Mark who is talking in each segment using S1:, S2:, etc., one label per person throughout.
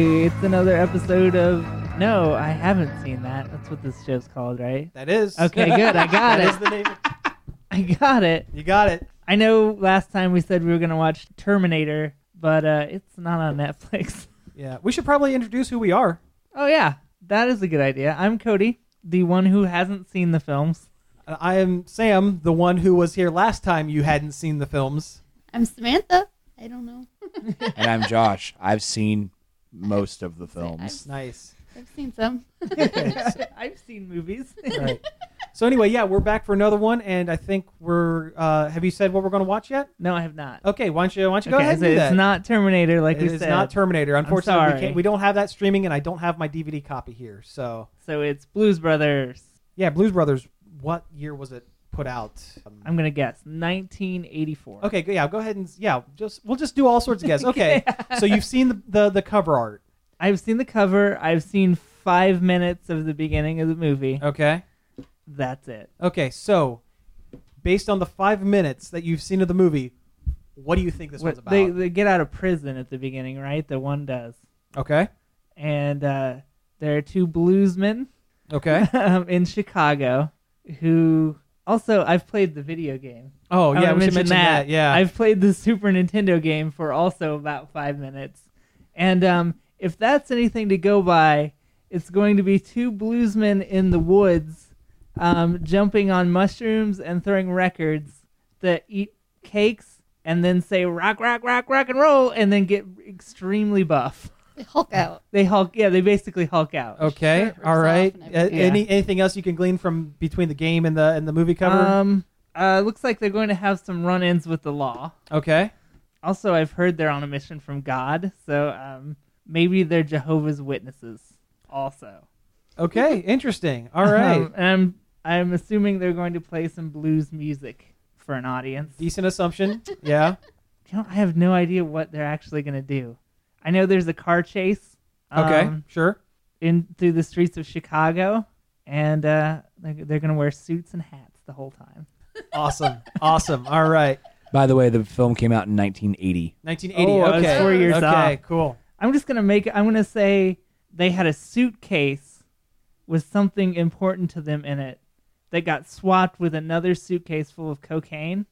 S1: another episode of No, I haven't seen that. That's what this show's called, right?
S2: That is
S1: Okay, good. I got
S2: That
S1: it.
S2: is the name.
S1: I got it.
S2: You got it.
S1: I know last time we said we were gonna watch Terminator, but uh, it's not on Netflix.
S2: Yeah, we should probably introduce who we are.
S1: Oh yeah, that is a good idea. I'm Cody, the one who hasn't seen the films.
S2: Uh, I am Sam, the one who was here last time. You hadn't seen the films.
S3: I'm Samantha. I don't know.
S4: and I'm Josh. I've seen most of the films.
S2: Nice.
S3: I've seen some.
S1: I've seen movies.
S2: Right. so anyway, yeah, we're back for another one, and I think we're. Uh, have you said what we're going to watch yet?
S1: no, I have not.
S2: Okay, why don't you why don't you Oh, go
S1: okay,
S2: ahead
S1: so
S2: and do
S1: it's
S2: that?
S1: not Terminator, like
S2: It
S1: we
S2: is
S1: said.
S2: not Terminator. Unfortunately, we,
S1: sorry.
S2: can't, we don't have that streaming, and I don't have my DVD copy here. So
S1: so it's Blues Brothers.
S2: yeah, Blues Brothers. What year was it put out? Um,
S1: I'm gonna guess 1984.
S2: Okay, go- yeah, go ahead and yeah, just we'll just do all sorts of guesses. Okay, so you've seen the, the the cover art.
S1: I've seen the cover. I've seen five minutes of the beginning of the movie.
S2: Okay,
S1: That's it.
S2: okay, so based on the five minutes that you've seen of the movie, what do you think this
S1: What-
S2: one's about?
S1: They they get out of prison at the beginning, right? The one does,
S2: okay,
S1: and uh, there are two bluesmen
S2: okay.
S1: um, in Chicago who also I've played the video game.
S2: Oh
S1: I
S2: yeah,
S1: wanna
S2: we should
S1: mention
S2: mention that. Yeah,
S1: I've played the Super Nintendo game for also about five minutes, and um, if that's anything to go by, it's going to be two bluesmen in the woods, um, jumping on mushrooms and throwing records that eat cakes and then say rock, rock, rock, rock and roll, and then get extremely buff.
S3: They Hulk out.
S1: They hulk, yeah, they basically hulk out.
S2: okay,
S3: shirt rips
S2: all right.
S3: off and
S2: Uh,
S3: everything.
S2: any anything else you can glean from between the game and the and the movie cover?
S1: Um, uh, looks like they're going to have some run-ins with the law.
S2: okay,
S1: Also, I've heard they're on a mission from God, so um, maybe they're Jehovah's Witnesses. Also,
S2: okay, interesting. All right,
S1: Um, and I'm I'm assuming they're going to play some blues music for an audience. You
S2: decent assumption. Yeah.
S1: know, I have no idea what they're actually going to do. I know there's a car chase.
S2: Okay.
S1: um,
S2: sure.
S1: in through the streets of Chicago, and uh, they're, they're going to wear suits and hats the whole time.
S2: Awesome. Awesome. All right.
S4: By the way, the film came out in 1980.
S2: 1980.
S1: Oh, I was
S2: okay.
S1: four years
S2: okay,
S1: off.
S2: cool.
S1: I'm just gonna make. I'm gonna say they had a suitcase with something important to them in it that got swapped with another suitcase full of cocaine,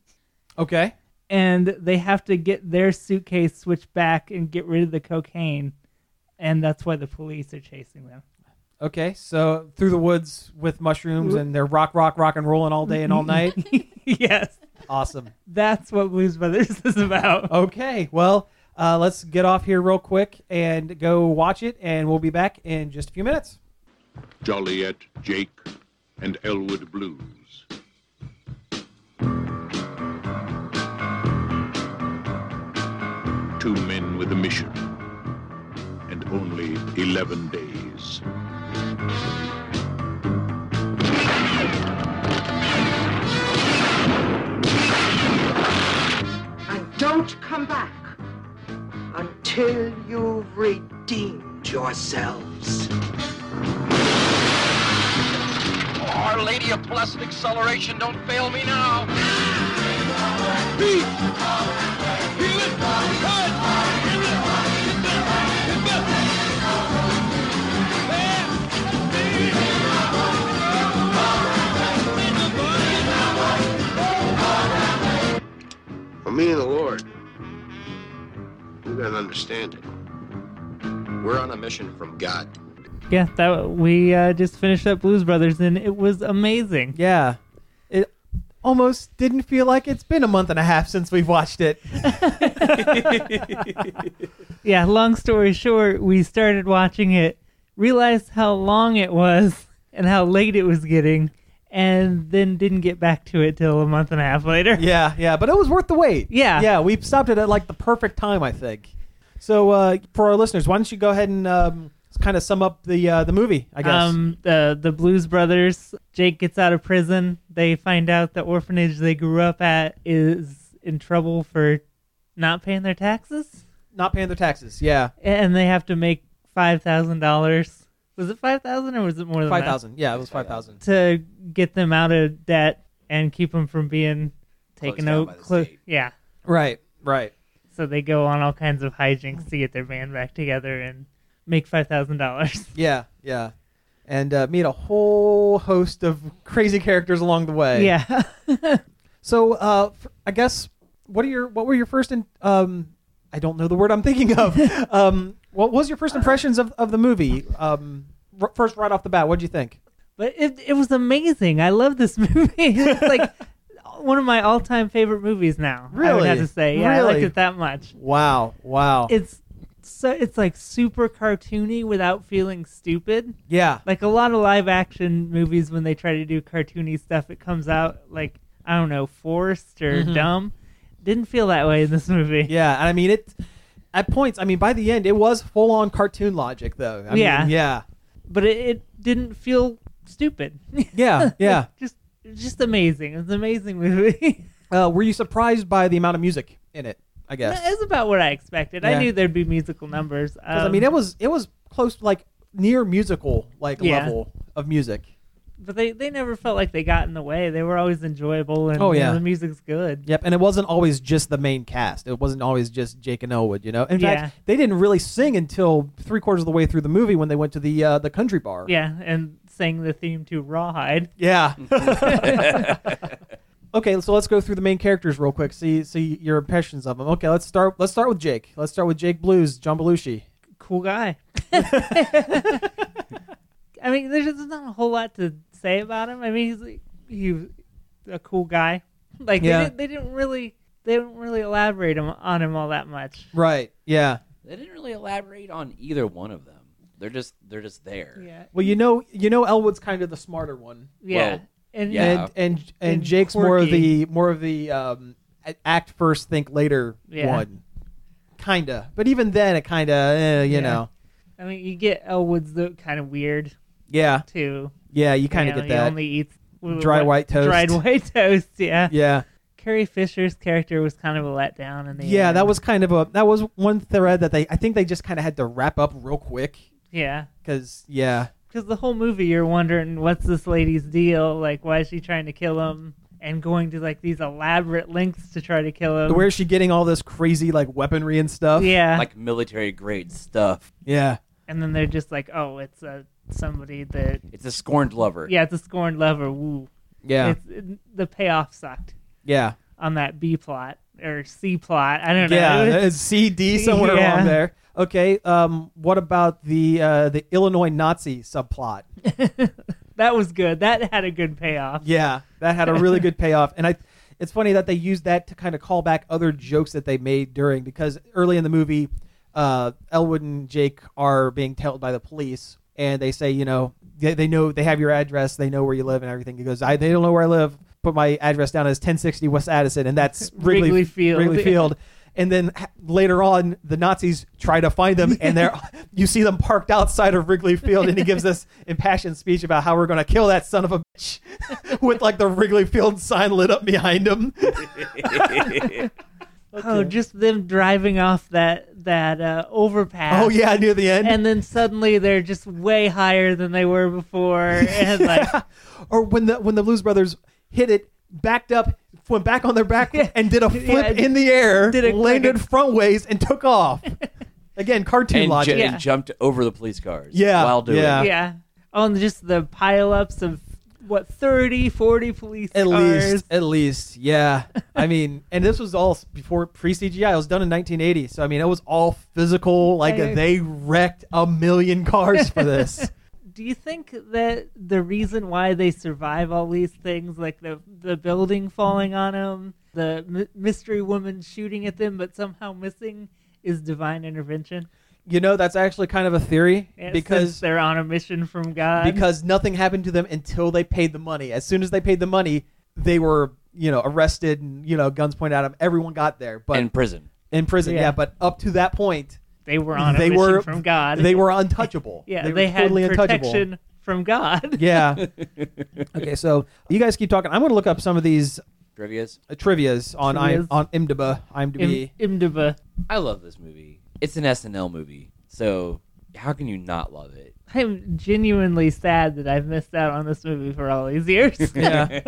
S2: Okay.
S1: and they have to get their suitcase switched back and get rid of the cocaine, and that's why the police are chasing them.
S2: Okay. So through the woods with mushrooms and they're rock, rock, rock and rolling all day and all night.
S1: yes,
S2: awesome.
S1: that's what Blues Brothers is about.
S2: Okay. Well, uh, let's get off here real quick and go watch it, and we'll be back in just a few minutes.
S5: Joliet, Jake, and Elwood Blues. Two men with a mission, and only 11 days.
S6: And don't come back until you've redeemed yourselves.
S7: Our Lady of Blessed Acceleration, don't fail me now.
S8: Well, me and the Lord, you gotta understand it. We're on a mission from God.
S1: Yeah, that we uh, just finished up Blues Brothers, and it was amazing.
S2: Yeah. It almost didn't feel like it's been a month and a half since we've watched it.
S1: Yeah, long story short, we started watching it, realized how long it was and how late it was getting, and then didn't get back to it till a month and a half later.
S2: Yeah, yeah, but it was worth the wait.
S1: Yeah.
S2: yeah, we stopped it at like the perfect time, I think. So uh, for our listeners, why don't you go ahead and um, kind of sum up the uh, the movie? I guess.
S1: Um, the the Blues Brothers. Jake gets out of prison. They find out the orphanage they grew up at is in trouble for not paying their taxes,
S2: Not paying their taxes. Yeah,
S1: and they have to make five thousand dollars. Was it five thousand or was it more than
S2: five
S1: that?
S2: thousand. Yeah, it was five thousand.
S1: to get them out of debt and keep them from being taken
S4: down
S1: over.
S4: by the state.
S1: yeah,
S2: Right, right.
S1: so they go on all kinds of hijinks to get their band back together and make five thousand dollars.
S2: Yeah, yeah, and uh, meet a whole host of crazy characters along the way.
S1: Yeah.
S2: So uh, f- I guess what are your what were your first in, um I don't know the word I'm thinking of. um, what was your first impressions of, of the movie? Um, r- first right off the bat, what would you think?
S1: But it it was amazing. I love this movie. It's like one of my all time favorite movies now. I would
S2: Really?
S1: have to say. Yeah, I liked
S2: Really?
S1: it that much.
S2: Wow, wow.
S1: It's so it's like super cartoony without feeling stupid.
S2: yeah,
S1: Like a lot of live action movies when they try to do cartoony stuff, it comes out like I don't know, forced or
S2: Mhm.
S1: dumb. Didn't feel that way in this movie.
S2: yeah. And I mean it at points. I mean by the end, it was full on cartoon logic though. I mean,
S1: Yeah.
S2: yeah,
S1: But it, it didn't feel stupid.
S2: yeah, yeah.
S1: just just amazing. It's an amazing movie.
S2: Uh, were you surprised by the amount of music in it? I guess
S1: That is about what I expected.
S2: Yeah.
S1: I knew there'd be musical numbers.
S2: 'Cause, I
S1: um,
S2: mean it was it was close like near musical like
S1: Yeah.
S2: level of music.
S1: but they, they never felt like they got in the way. They were always enjoyable, and
S2: Oh,
S1: you
S2: yeah.
S1: know, the music's good.
S2: Yep, and it wasn't always just the main cast. It wasn't always just Jake and Elwood. You know, in
S1: Yeah.
S2: fact, they didn't really sing until three quarters of the way through the movie when they went to the uh, the country bar.
S1: Yeah, and sang the theme to Rawhide.
S2: Yeah. okay, so let's go through the main characters real quick. See, see your impressions of them. Okay, let's start. Let's start with Jake. Let's start with Jake Blues, John Belushi.
S1: Cool guy. I mean, there's just not a whole lot to say about him. I mean, he's like, he was a cool guy. Like
S2: Yeah.
S1: they, didn't, they didn't really they didn't really elaborate him, on him all that much.
S2: Right. Yeah.
S9: They didn't really elaborate on either one of them. They're just they're just there.
S1: Yeah,
S2: Well, you know, you know, Elwood's kind of the smarter one,
S1: yeah,
S9: Well,
S1: and
S9: yeah.
S2: and and and,
S1: And
S2: Jake's more of
S1: quirky.
S2: the more of the um, a- act first, think later
S1: Yeah.
S2: one. Kinda, but even then, it kinda, eh, you
S1: Yeah.
S2: know,
S1: I mean, you get Elwood's the kind of weird
S2: yeah,
S1: too.
S2: yeah, you kind of
S1: know,
S2: get
S1: he
S2: that.
S1: only eats w-
S2: Dry
S1: what-
S2: white toast.
S1: Dried white toast. Yeah.
S2: yeah,
S1: Carrie Fisher's character was kind of a letdown in the
S2: yeah,
S1: end.
S2: that was kind of a that was one thread that they I think they just kind of had to wrap up real quick
S1: yeah.
S2: because yeah,
S1: Because the whole movie, you're wondering what's this lady's deal? Like, why is she trying to kill him? And going to like these elaborate lengths to try to kill him.
S2: where's she getting all this crazy like weaponry and stuff?
S1: yeah,
S9: Like military grade stuff.
S2: yeah,
S1: and then they're just like, "Oh, it's a somebody that
S9: It's a scorned lover.
S1: yeah, it's a scorned lover." Woo.
S2: yeah,
S1: It's, it, the payoff sucked
S2: yeah,
S1: on that B plot or C plot. I don't know.
S2: yeah.
S1: It was-
S2: It's CD somewhere
S1: Yeah.
S2: along there. Okay, um, what about the uh, the Illinois Nazi subplot?
S1: that was good. That had a good payoff.
S2: Yeah, that had a really good payoff, and I. It's funny that they used that to kind of call back other jokes that they made during because early in the movie, uh, Elwood and Jake are being tailed by the police, and they say, you know, they, they know they have your address, they know where you live, and everything. He goes, I they don't know where I live. Put my address down as 1060 West Addison, and that's Wrigley,
S1: Wrigley Field.
S2: Wrigley Field. And then ha- later on, the Nazis try to find them, and they're you see them parked outside of Wrigley Field, and he gives this impassioned speech about how we're going to kill that son of a bitch with like the Wrigley Field sign lit up behind him.
S1: Oh, just them driving off that that uh, overpass.
S2: Oh yeah, near the end.
S1: And then suddenly they're just way higher than they were before, and like
S2: or when the when the Blues Brothers hit it, backed up, went back on their back, and did a flip
S1: Yeah,
S2: in the air,
S1: did a-
S2: landed front ways, and took off. Again, cartoon
S9: And, ju-
S2: logic.
S9: and jumped over the police cars.
S2: Yeah,
S9: While doing
S2: yeah.
S9: it.
S1: yeah, oh, and just the pileups of what 30, 40 police
S2: At
S1: cars.
S2: least, at least, yeah. I mean, and this was all s- before pre CGI. It was done in 1980, so I mean, it was all physical. Like
S1: I-
S2: they wrecked a million cars for this.
S1: Do you think that the reason why they survive all these things, like the the building falling on them, the m- mystery woman shooting at them but somehow missing, is divine intervention?
S2: you know, that's actually kind of a theory
S1: Yeah, since
S2: because
S1: they're on a mission from God.
S2: because nothing happened to them until they paid the money. As soon as they paid the money, they were you know arrested and you know guns pointed at them. Everyone got there, but
S9: In prison.
S2: in prison, yeah.
S1: Yeah.
S2: But up to that point,
S1: they were on a
S2: they
S1: mission
S2: were
S1: from God.
S2: They were untouchable.
S1: yeah,
S2: they,
S1: they,
S2: were
S1: had
S2: totally untouchable.
S1: protection from God.
S2: Yeah. okay, so you guys keep talking. I'm going to look up some of these
S9: Trivias.
S2: uh, trivia's on I,
S1: Trivias.
S2: on IMDb. IMDb.
S1: Im- Imdb.
S9: I love this movie. It's an SNL movie. So how can you not love it?
S1: I'm genuinely sad that I've missed out on this movie for all these years.
S2: yeah.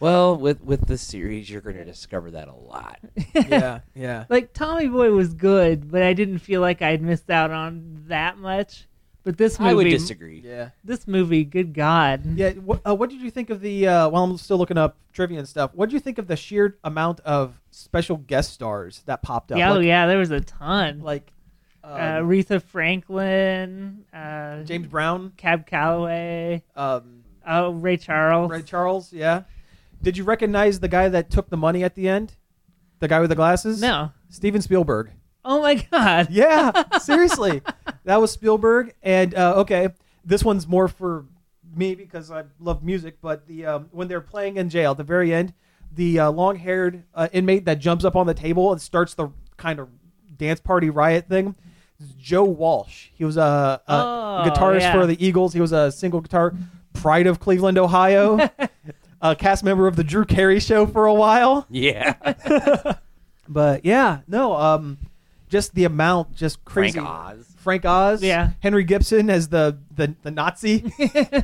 S9: Well, with with this series, you're going to discover that a lot.
S2: yeah, yeah.
S1: Like Tommy Boy was good, but I didn't feel like I'd missed out on that much. But this movie,
S9: I would disagree.
S2: Yeah.
S1: this movie, good God,
S2: Yeah. What, uh, what did you think of the? Uh, while I'm still looking up trivia and stuff, what did you think of the sheer amount of special guest stars that popped up?
S1: yeah, oh
S2: like,
S1: yeah, there was a ton.
S2: Like
S1: uh,
S2: um,
S1: Aretha Franklin, uh,
S2: James Brown,
S1: Cab Calloway,
S2: um,
S1: oh Ray Charles,
S2: Ray Charles. Yeah. Did you recognize the guy that took the money at the end? The guy with the glasses?
S1: no,
S2: Steven Spielberg.
S1: oh my God,
S2: Yeah, seriously. That was Spielberg. And uh, okay, this one's more for me because I love music. But the um, when they're playing in jail at the very end, the uh, long haired uh, inmate that jumps up on the table and starts the kind of dance party riot thing. is Joe Walsh. He was a, a
S1: Oh,
S2: guitarist
S1: yeah.
S2: for the Eagles. He was a single guitar pride of Cleveland, Ohio. a cast member of the Drew Carey Show for a while.
S9: Yeah.
S2: But yeah, no, um, just the amount, just crazy.
S9: Oz.
S2: Frank Oz.
S1: Yeah.
S2: Henry Gibson as the the, the Nazi,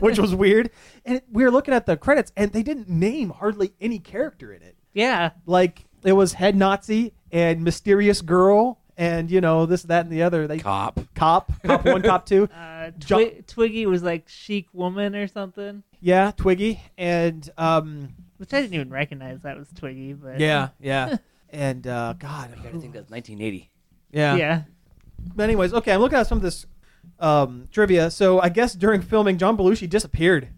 S2: which was weird. And we were looking at the credits, and they didn't name hardly any character in it.
S1: yeah,
S2: Like it was head Nazi and mysterious girl, and you know this, that, and the other. They
S9: Cop.
S2: cop, cop one, cop two.
S1: uh, Twi-
S2: Jo-
S1: Twiggy was like chic woman or something,
S2: Yeah, Twiggy and um,
S1: which I didn't even recognize that was Twiggy, but
S2: yeah, yeah, and uh, God,
S9: I think that's 1980.
S2: yeah,
S1: yeah.
S2: But anyways, okay, I'm looking at some of this um, trivia. So I guess during filming, John Belushi disappeared.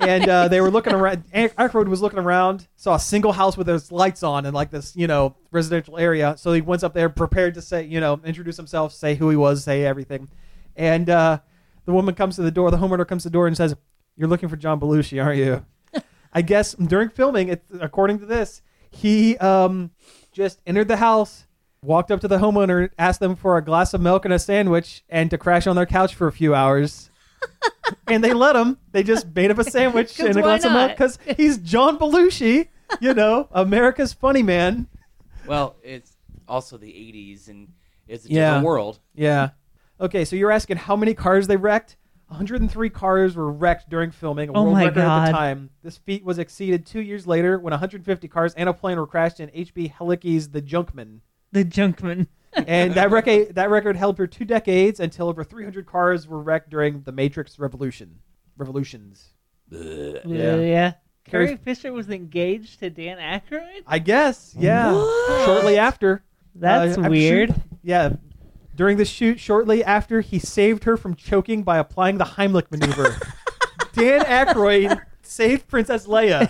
S2: and uh, they were looking around. Ac- Aykroyd was looking around, saw a single house with its lights on in like this, you know, residential area. So he went up there prepared to say, you know, introduce himself, say who he was, say everything. And uh, the woman comes to the door. The homeowner comes to the door and says, "You're looking for John Belushi, aren't you?" I guess during filming, it, according to this, he um, just entered the house, walked up to the homeowner, asked them for a glass of milk and a sandwich, and to crash on their couch for a few hours. and they let him. They just made up a sandwich
S1: 'Cause
S2: and a
S1: why
S2: glass of milk
S1: not?
S2: because he's John Belushi, you know, America's funny man.
S9: Well, it's also the 80s, and it's a
S2: Yeah.
S9: different world.
S2: Yeah. Okay, so you're asking how many cars they wrecked? 103 cars were wrecked during filming, a
S1: Oh
S2: world
S1: my
S2: record at
S1: God.
S2: the time. This feat was exceeded two years later when 150 cars and a plane were crashed in H.B. Hellicky's The Junkman.
S1: The Junkman.
S2: and that record that record held for two decades until over 300 cars were wrecked during the Matrix Revolution. Revolutions, Yeah.
S1: Yeah. yeah.
S2: Carrie-
S1: Carrie Fisher was engaged to Dan Aykroyd.
S2: I guess. Yeah. Shortly after.
S1: That's
S2: uh, after
S1: weird.
S2: shoot- yeah. During the shoot, shortly after, he saved her from choking by applying the Heimlich maneuver. Dan Aykroyd saved Princess Leia,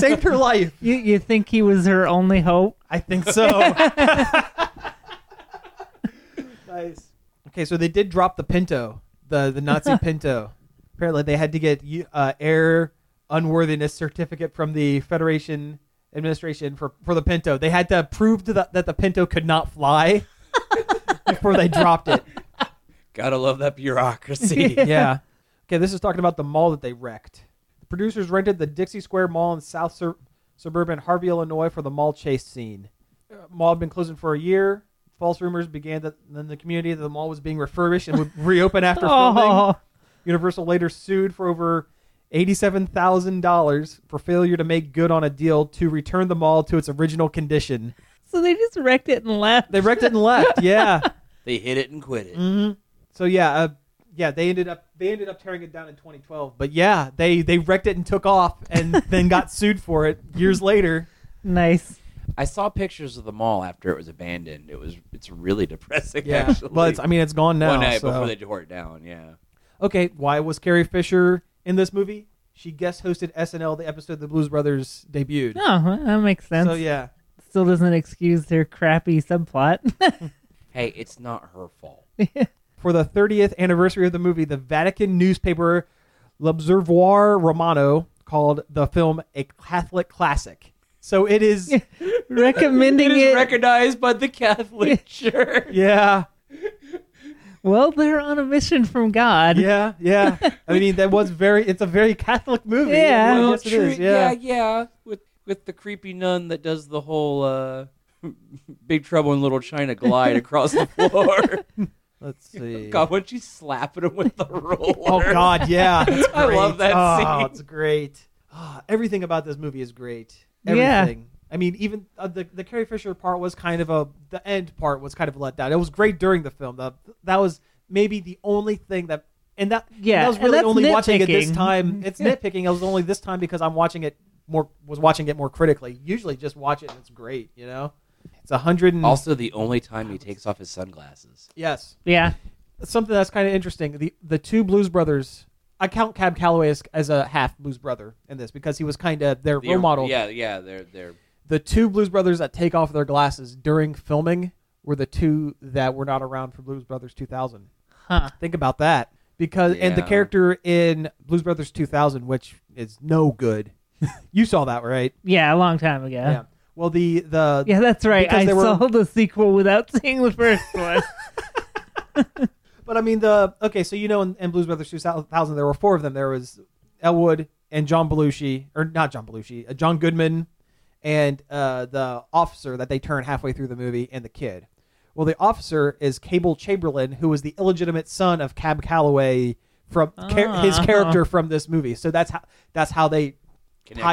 S2: saved her life.
S1: You you think he was her only hope?
S2: I think so. nice. Okay, so they did drop the Pinto, the the Nazi Pinto. Apparently, they had to get uh, air unworthiness certificate from the Federation administration for, for the Pinto. They had to prove to the, that the Pinto could not fly before they dropped it.
S9: Gotta love that bureaucracy.
S2: Yeah. Okay, this is talking about the mall that they wrecked. The producers rented the Dixie Square Mall in South Sur- suburban Harvey, Illinois for the mall chase scene. Uh, mall had been closing for a year. False rumors began that in the community that the mall was being refurbished and would reopen after filming.
S1: Oh,
S2: Universal later sued for over $87,000 for failure to make good on a deal to return the mall to its original condition.
S1: so they just wrecked it and left.
S2: They wrecked it and left. Yeah.
S9: they hit it and quit it.
S2: hmm So yeah, uh, yeah, they ended up they ended up tearing it down in 2012. But yeah, they they wrecked it and took off, and then got sued for it years later.
S1: nice.
S9: I saw pictures of the mall after it was abandoned. It was it's really depressing. actually.
S2: but it's, I mean, it's gone now.
S9: one night
S2: so-
S9: before they tore it down. Yeah,
S2: Okay, why was Carrie Fisher in this movie? She guest hosted SNL the episode the Blues Brothers debuted.
S1: Oh, well, that makes sense.
S2: So yeah,
S1: Still doesn't excuse their crappy subplot.
S9: hey, it's not her fault.
S2: for the 30th anniversary of the movie, the Vatican newspaper L'Observatoire Romano called the film a Catholic classic. So it is.
S1: Recommending
S9: it
S1: it.
S9: is recognized by the Catholic Church.
S2: yeah.
S1: well, they're on a mission from God.
S2: Yeah, yeah. I mean, that was very. It's a very Catholic movie.
S1: Yeah.
S2: Well,
S1: Well,
S2: yes, it is. Yeah.
S9: yeah, yeah, With with the creepy nun that does the whole uh, Big Trouble in Little China glide across the floor.
S2: Let's see.
S9: God, when she's slapping him with the roller.
S2: Oh God, yeah. That's
S9: I love
S2: great.
S9: that
S2: oh,
S9: scene.
S2: It's great. ah, everything about this movie is great.
S1: Yeah.
S2: Everything. I mean, even uh, the the Carrie Fisher part was kind of a the end part was kind of a letdown. It was great during the film. That that was maybe the only thing that and that
S1: Yeah,
S2: that was
S1: and
S2: really
S1: that's
S2: only watching it this
S1: nitpicking. Mm-hmm.
S2: time. It's
S1: Yeah.
S2: nitpicking. I was only this time because I'm watching it more was watching it more critically. Usually, just watch it and it's great. You know, it's a hundred and
S9: Also, the only time he takes off his sunglasses.
S2: yes,
S1: Yeah.
S2: something that's kind of interesting. The the two Blues Brothers. I count Cab Calloway as, as a half Blues brother in this because he was kind of their
S9: The-
S2: role model.
S9: Yeah, yeah, they're they're
S2: The two Blues Brothers that take off their glasses during filming were the two that were not around for Blues Brothers 2000.
S1: Huh.
S2: Think about that. Because and the
S9: Yeah.
S2: character in Blues Brothers 2000, which is no good. you saw that, right?
S1: Yeah. A long time ago. Yeah.
S2: Well, the the
S1: that's right.
S2: Because
S1: I
S2: they were-
S1: saw the sequel without seeing the first one.
S2: But I mean the okay, so you know in, in Blues Brothers 2000 there were four of them. There was Elwood and John Belushi, or not John Belushi, uh, John Goodman, and uh, the officer that they turn halfway through the movie, and the kid. Well, the officer is Cable Chamberlain, who was the illegitimate son of Cab Calloway from cha- his
S1: Ah.
S2: character from this movie. So that's how that's how they tie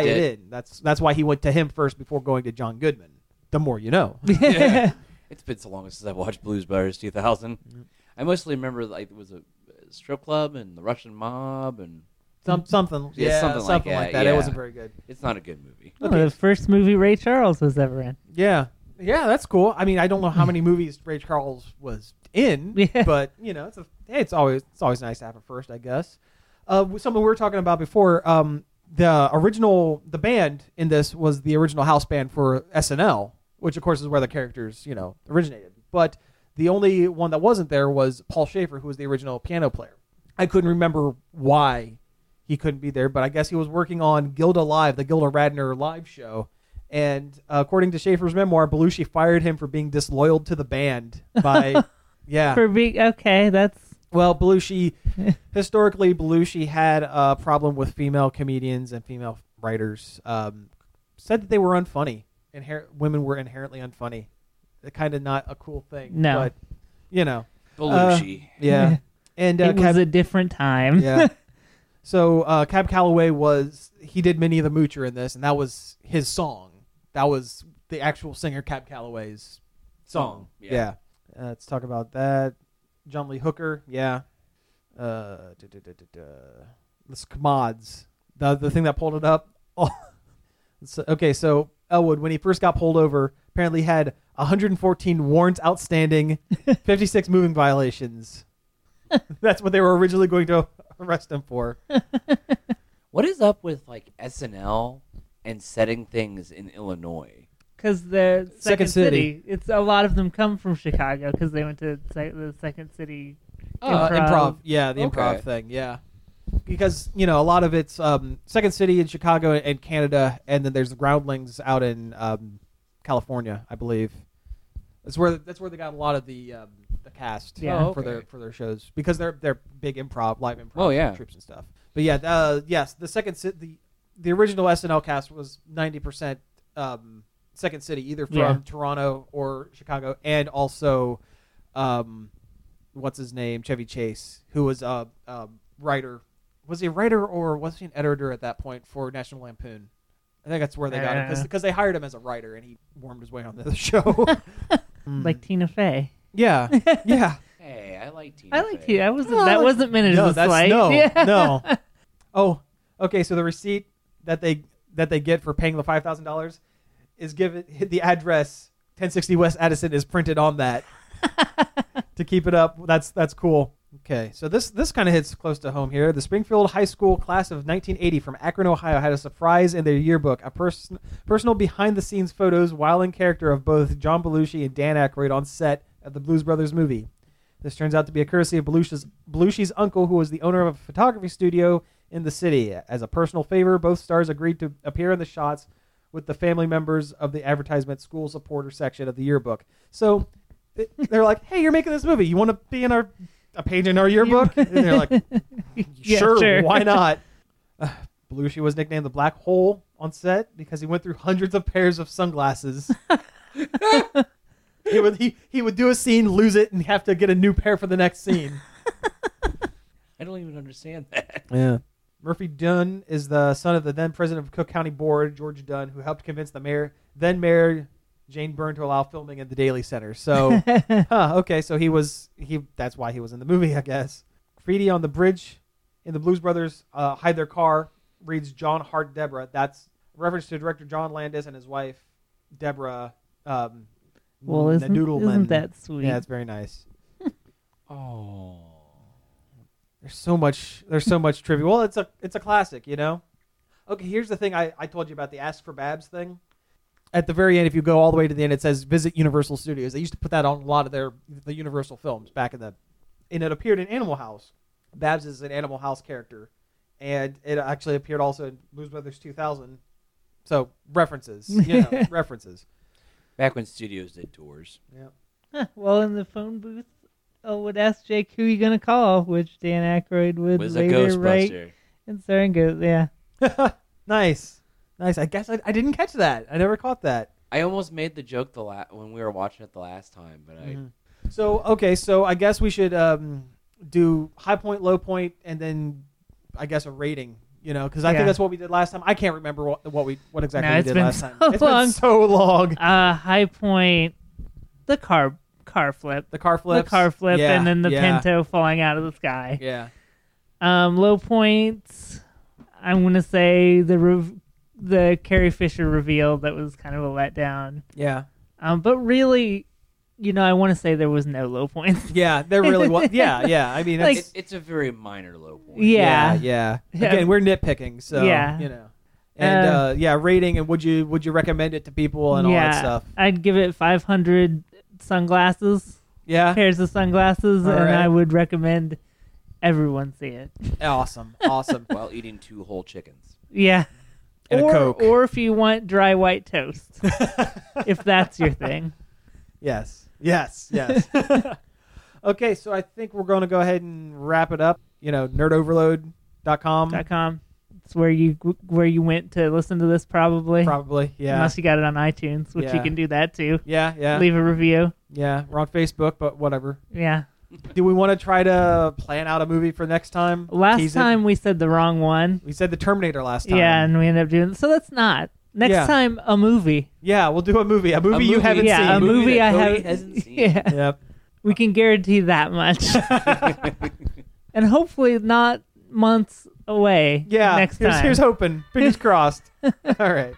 S9: connected.
S2: it in. That's that's why he went to him first before going to John Goodman. The more you know.
S9: Yeah. it's been so long since I've watched Blues Brothers 2000. I mostly remember like it was a strip club and the Russian mob, and
S2: Some, something,
S9: Yeah,
S2: yeah,
S9: something like that,
S2: It
S9: yeah.
S2: wasn't very good.
S9: it's not a good movie.
S1: Oh, the first movie Ray Charles was ever in.
S2: Yeah. Yeah, that's cool. I mean, I don't know how many movies Ray Charles was in,
S1: Yeah.
S2: but you know, it's a, hey, it's always it's always nice to have a first, I guess. Uh, with something we were talking about before. Um, the original the band in this was the original house band for SNL, which of course is where the characters you know originated. But the only one that wasn't there was Paul Schaefer, who was the original piano player. I couldn't remember why he couldn't be there, but I guess he was working on Gilda Live, the Gilda Radner live show. And uh, according to Schaefer's memoir, Belushi fired him for being disloyal to the band by, yeah.
S1: For being okay, that's
S2: Well, Belushi, historically, Belushi had a problem with female comedians and female writers. Um, said that they were unfunny. Inher- women were inherently unfunny. Kind of not a cool thing.
S1: No.
S2: But, you know.
S9: Belushi.
S2: Yeah. And uh,
S1: it
S2: Kevin-
S1: was a different time.
S2: yeah. So uh, Cab Calloway was he did Minnie the Moocher in this, and that was his song. That was the actual singer Cab Calloway's song.
S9: Song, yeah.
S2: Yeah. Uh, let's talk about that. John Lee Hooker. Yeah. Uh, duh, duh, duh, duh, duh. The Skmods. The the thing that pulled it up. Oh. So- okay, so Elwood, when he first got pulled over, apparently had 114 warrants outstanding, 56 moving violations. That's what they were originally going to arrest him for.
S9: What is up with like SNL and setting things in Illinois?
S1: because the second,
S2: Second City.
S1: city. It's a lot of them come from Chicago because they went to se- the second city.
S2: Uh,
S1: Improv.
S2: yeah, the improv
S9: Okay.
S2: thing, yeah. Because you know a lot of it's um, Second City in Chicago and Canada, and then there's the Groundlings out in um, California, I believe. That's where that's where they got a lot of the um, the cast
S1: Yeah.
S9: Oh,
S2: for their
S9: okay.
S2: for their shows because they're they're big improv live improv
S9: Oh, yeah.
S2: troops and stuff. But yeah, uh, yes, the second Ci- the the original SNL cast was ninety percent um, Second City, either from
S1: Yeah.
S2: Toronto or Chicago, and also um, what's his name Chevy Chase, who was a, a writer. Was he a writer or was he an editor at that point for National Lampoon? I think that's where they got him
S1: Uh.
S2: because they hired him as a writer and he warmed his way on the show. Mm.
S1: Like Tina Fey.
S2: yeah, yeah.
S9: Hey, I like Tina.
S1: I like
S9: Fey.
S1: Tina. I wasn't.
S2: Well,
S1: that wasn't meant as
S2: no,
S1: a
S2: that's
S1: slight.
S2: no,
S1: Yeah.
S2: no. Oh, okay. So the receipt that they that they get for paying the five thousand dollars is given the address ten sixty West Addison is printed on that to keep it up. That's that's cool. Okay, so this this kind of hits close to home here. The Springfield High School class of 1980 from Akron, Ohio, had a surprise in their yearbook: a person personal behind the scenes photos while in character of both John Belushi and Dan Aykroyd on set of the Blues Brothers movie. This turns out to be a courtesy of Belushi's, Belushi's uncle, who was the owner of a photography studio in the city. As a personal favor, both stars agreed to appear in the shots with the family members of the advertisement school supporter section of the yearbook. So th- they're like, "Hey, you're making this movie. You want to be in our a page in our yearbook?" And they're like,
S1: Yeah,
S2: sure,
S1: sure.
S2: why not? Uh, Belushi was nicknamed the Black Hole on set because he went through hundreds of pairs of sunglasses. he would he, he would do a scene, lose it, and have to get a new pair for the next scene.
S9: I don't even understand that.
S2: Yeah. Murphy Dunn is the son of the then president of Cook County Board, George Dunn, who helped convince the mayor, then mayor Jane Byrne, to allow filming at the Daily Center. So, huh, okay, so he was he. That's why he was in the movie, I guess. Graffiti on the bridge, in the Blues Brothers uh, hide their car. Reads John Hart Deborah. That's a reference to director John Landis and his wife Deborah. Um,
S1: Well, isn't,
S2: Nadoodleman.
S1: isn't that sweet?
S2: Yeah, it's very nice.
S9: Oh.
S2: There's so much. There's so much trivia. Well, it's a it's a classic, you know. Okay, here's the thing I, I told you about the Ask for Babs thing. At the very end, if you go all the way to the end, it says visit Universal Studios. They used to put that on a lot of their the Universal films back in the, and it appeared in Animal House. Babs is an Animal House character, and it actually appeared also in Blues Brothers 2000. So references, you know, references.
S9: Back when studios did tours.
S1: Huh, well, in the phone booth, oh, would ask Jake who you gonna call, which Dan Aykroyd would
S9: Was a
S1: later write
S9: Ghostbuster.
S1: and starring Ghost. Yeah,
S2: nice, nice. I guess I, I didn't catch that. I never caught that.
S9: I almost made the joke the la- when we were watching it the last time, but I
S2: Mhm. So okay, so I guess we should um, do high point, low point, and then I guess a rating. You know, because I
S1: Yeah.
S2: think that's what we did last time. I can't remember what, what we what exactly
S1: No,
S2: we
S1: it's
S2: did
S1: been
S2: last
S1: so
S2: time. It's
S1: long.
S2: been so long.
S1: uh, high point, the car car flip,
S2: The car flips.
S1: the car flip,
S2: Yeah,
S1: and then the
S2: yeah,
S1: Pinto falling out of the sky.
S2: Yeah.
S1: Um, low points. I'm gonna say the rev- the Carrie Fisher reveal that was kind of a letdown.
S2: Yeah.
S1: Um, but really, you know, I want to say there was no low points.
S2: Yeah. There really was. Yeah. Yeah. I mean,
S1: Like-
S2: it's,
S9: It- it's a very minor low point.
S1: Yeah.
S2: Yeah.
S1: Yeah.
S2: Again, we're nitpicking, so
S1: Yeah.
S2: you know. And
S1: Uh,
S2: uh, yeah, rating and would you would you recommend it to people and all that stuff?
S1: I'd give it 500 sunglasses,
S2: Yeah.
S1: pairs of sunglasses,
S2: All
S1: and
S2: right.
S1: I would recommend everyone see it.
S2: Awesome. Awesome.
S9: While eating two whole chickens.
S1: Yeah.
S2: And a
S1: or,
S2: Coke.
S1: or if you want dry white toast, if that's your thing.
S2: Yes. Yes. Yes. okay, so I think we're going to go ahead and wrap it up. You know, nerdoverload.com
S1: dot .com. It's where you where you went to listen to this probably.
S2: probably. Yeah.
S1: Unless you got it on iTunes, which you
S2: Yeah.
S1: can do that too.
S2: yeah, yeah.
S1: Leave a review.
S2: Yeah, we're on Facebook, but whatever.
S1: Yeah.
S2: Do we want to try to plan out a movie for next time?
S1: Last
S2: Tease it?
S1: time we said the wrong one.
S2: we said the Terminator last time.
S1: Yeah, and we ended up doing so that's not. Next
S2: Yeah.
S1: time a movie.
S2: Yeah, we'll do a movie. A movie, you
S9: movie.
S2: haven't
S1: yeah,
S2: seen.
S1: a
S9: Movie
S1: movie,
S9: that
S1: I
S9: Cody
S1: haven't
S9: hasn't seen.
S1: Yeah.
S2: Yep.
S1: We can guarantee that much. and hopefully not months away.
S2: Yeah.
S1: Next
S2: here's,
S1: time.
S2: here's hoping. Fingers crossed. All right.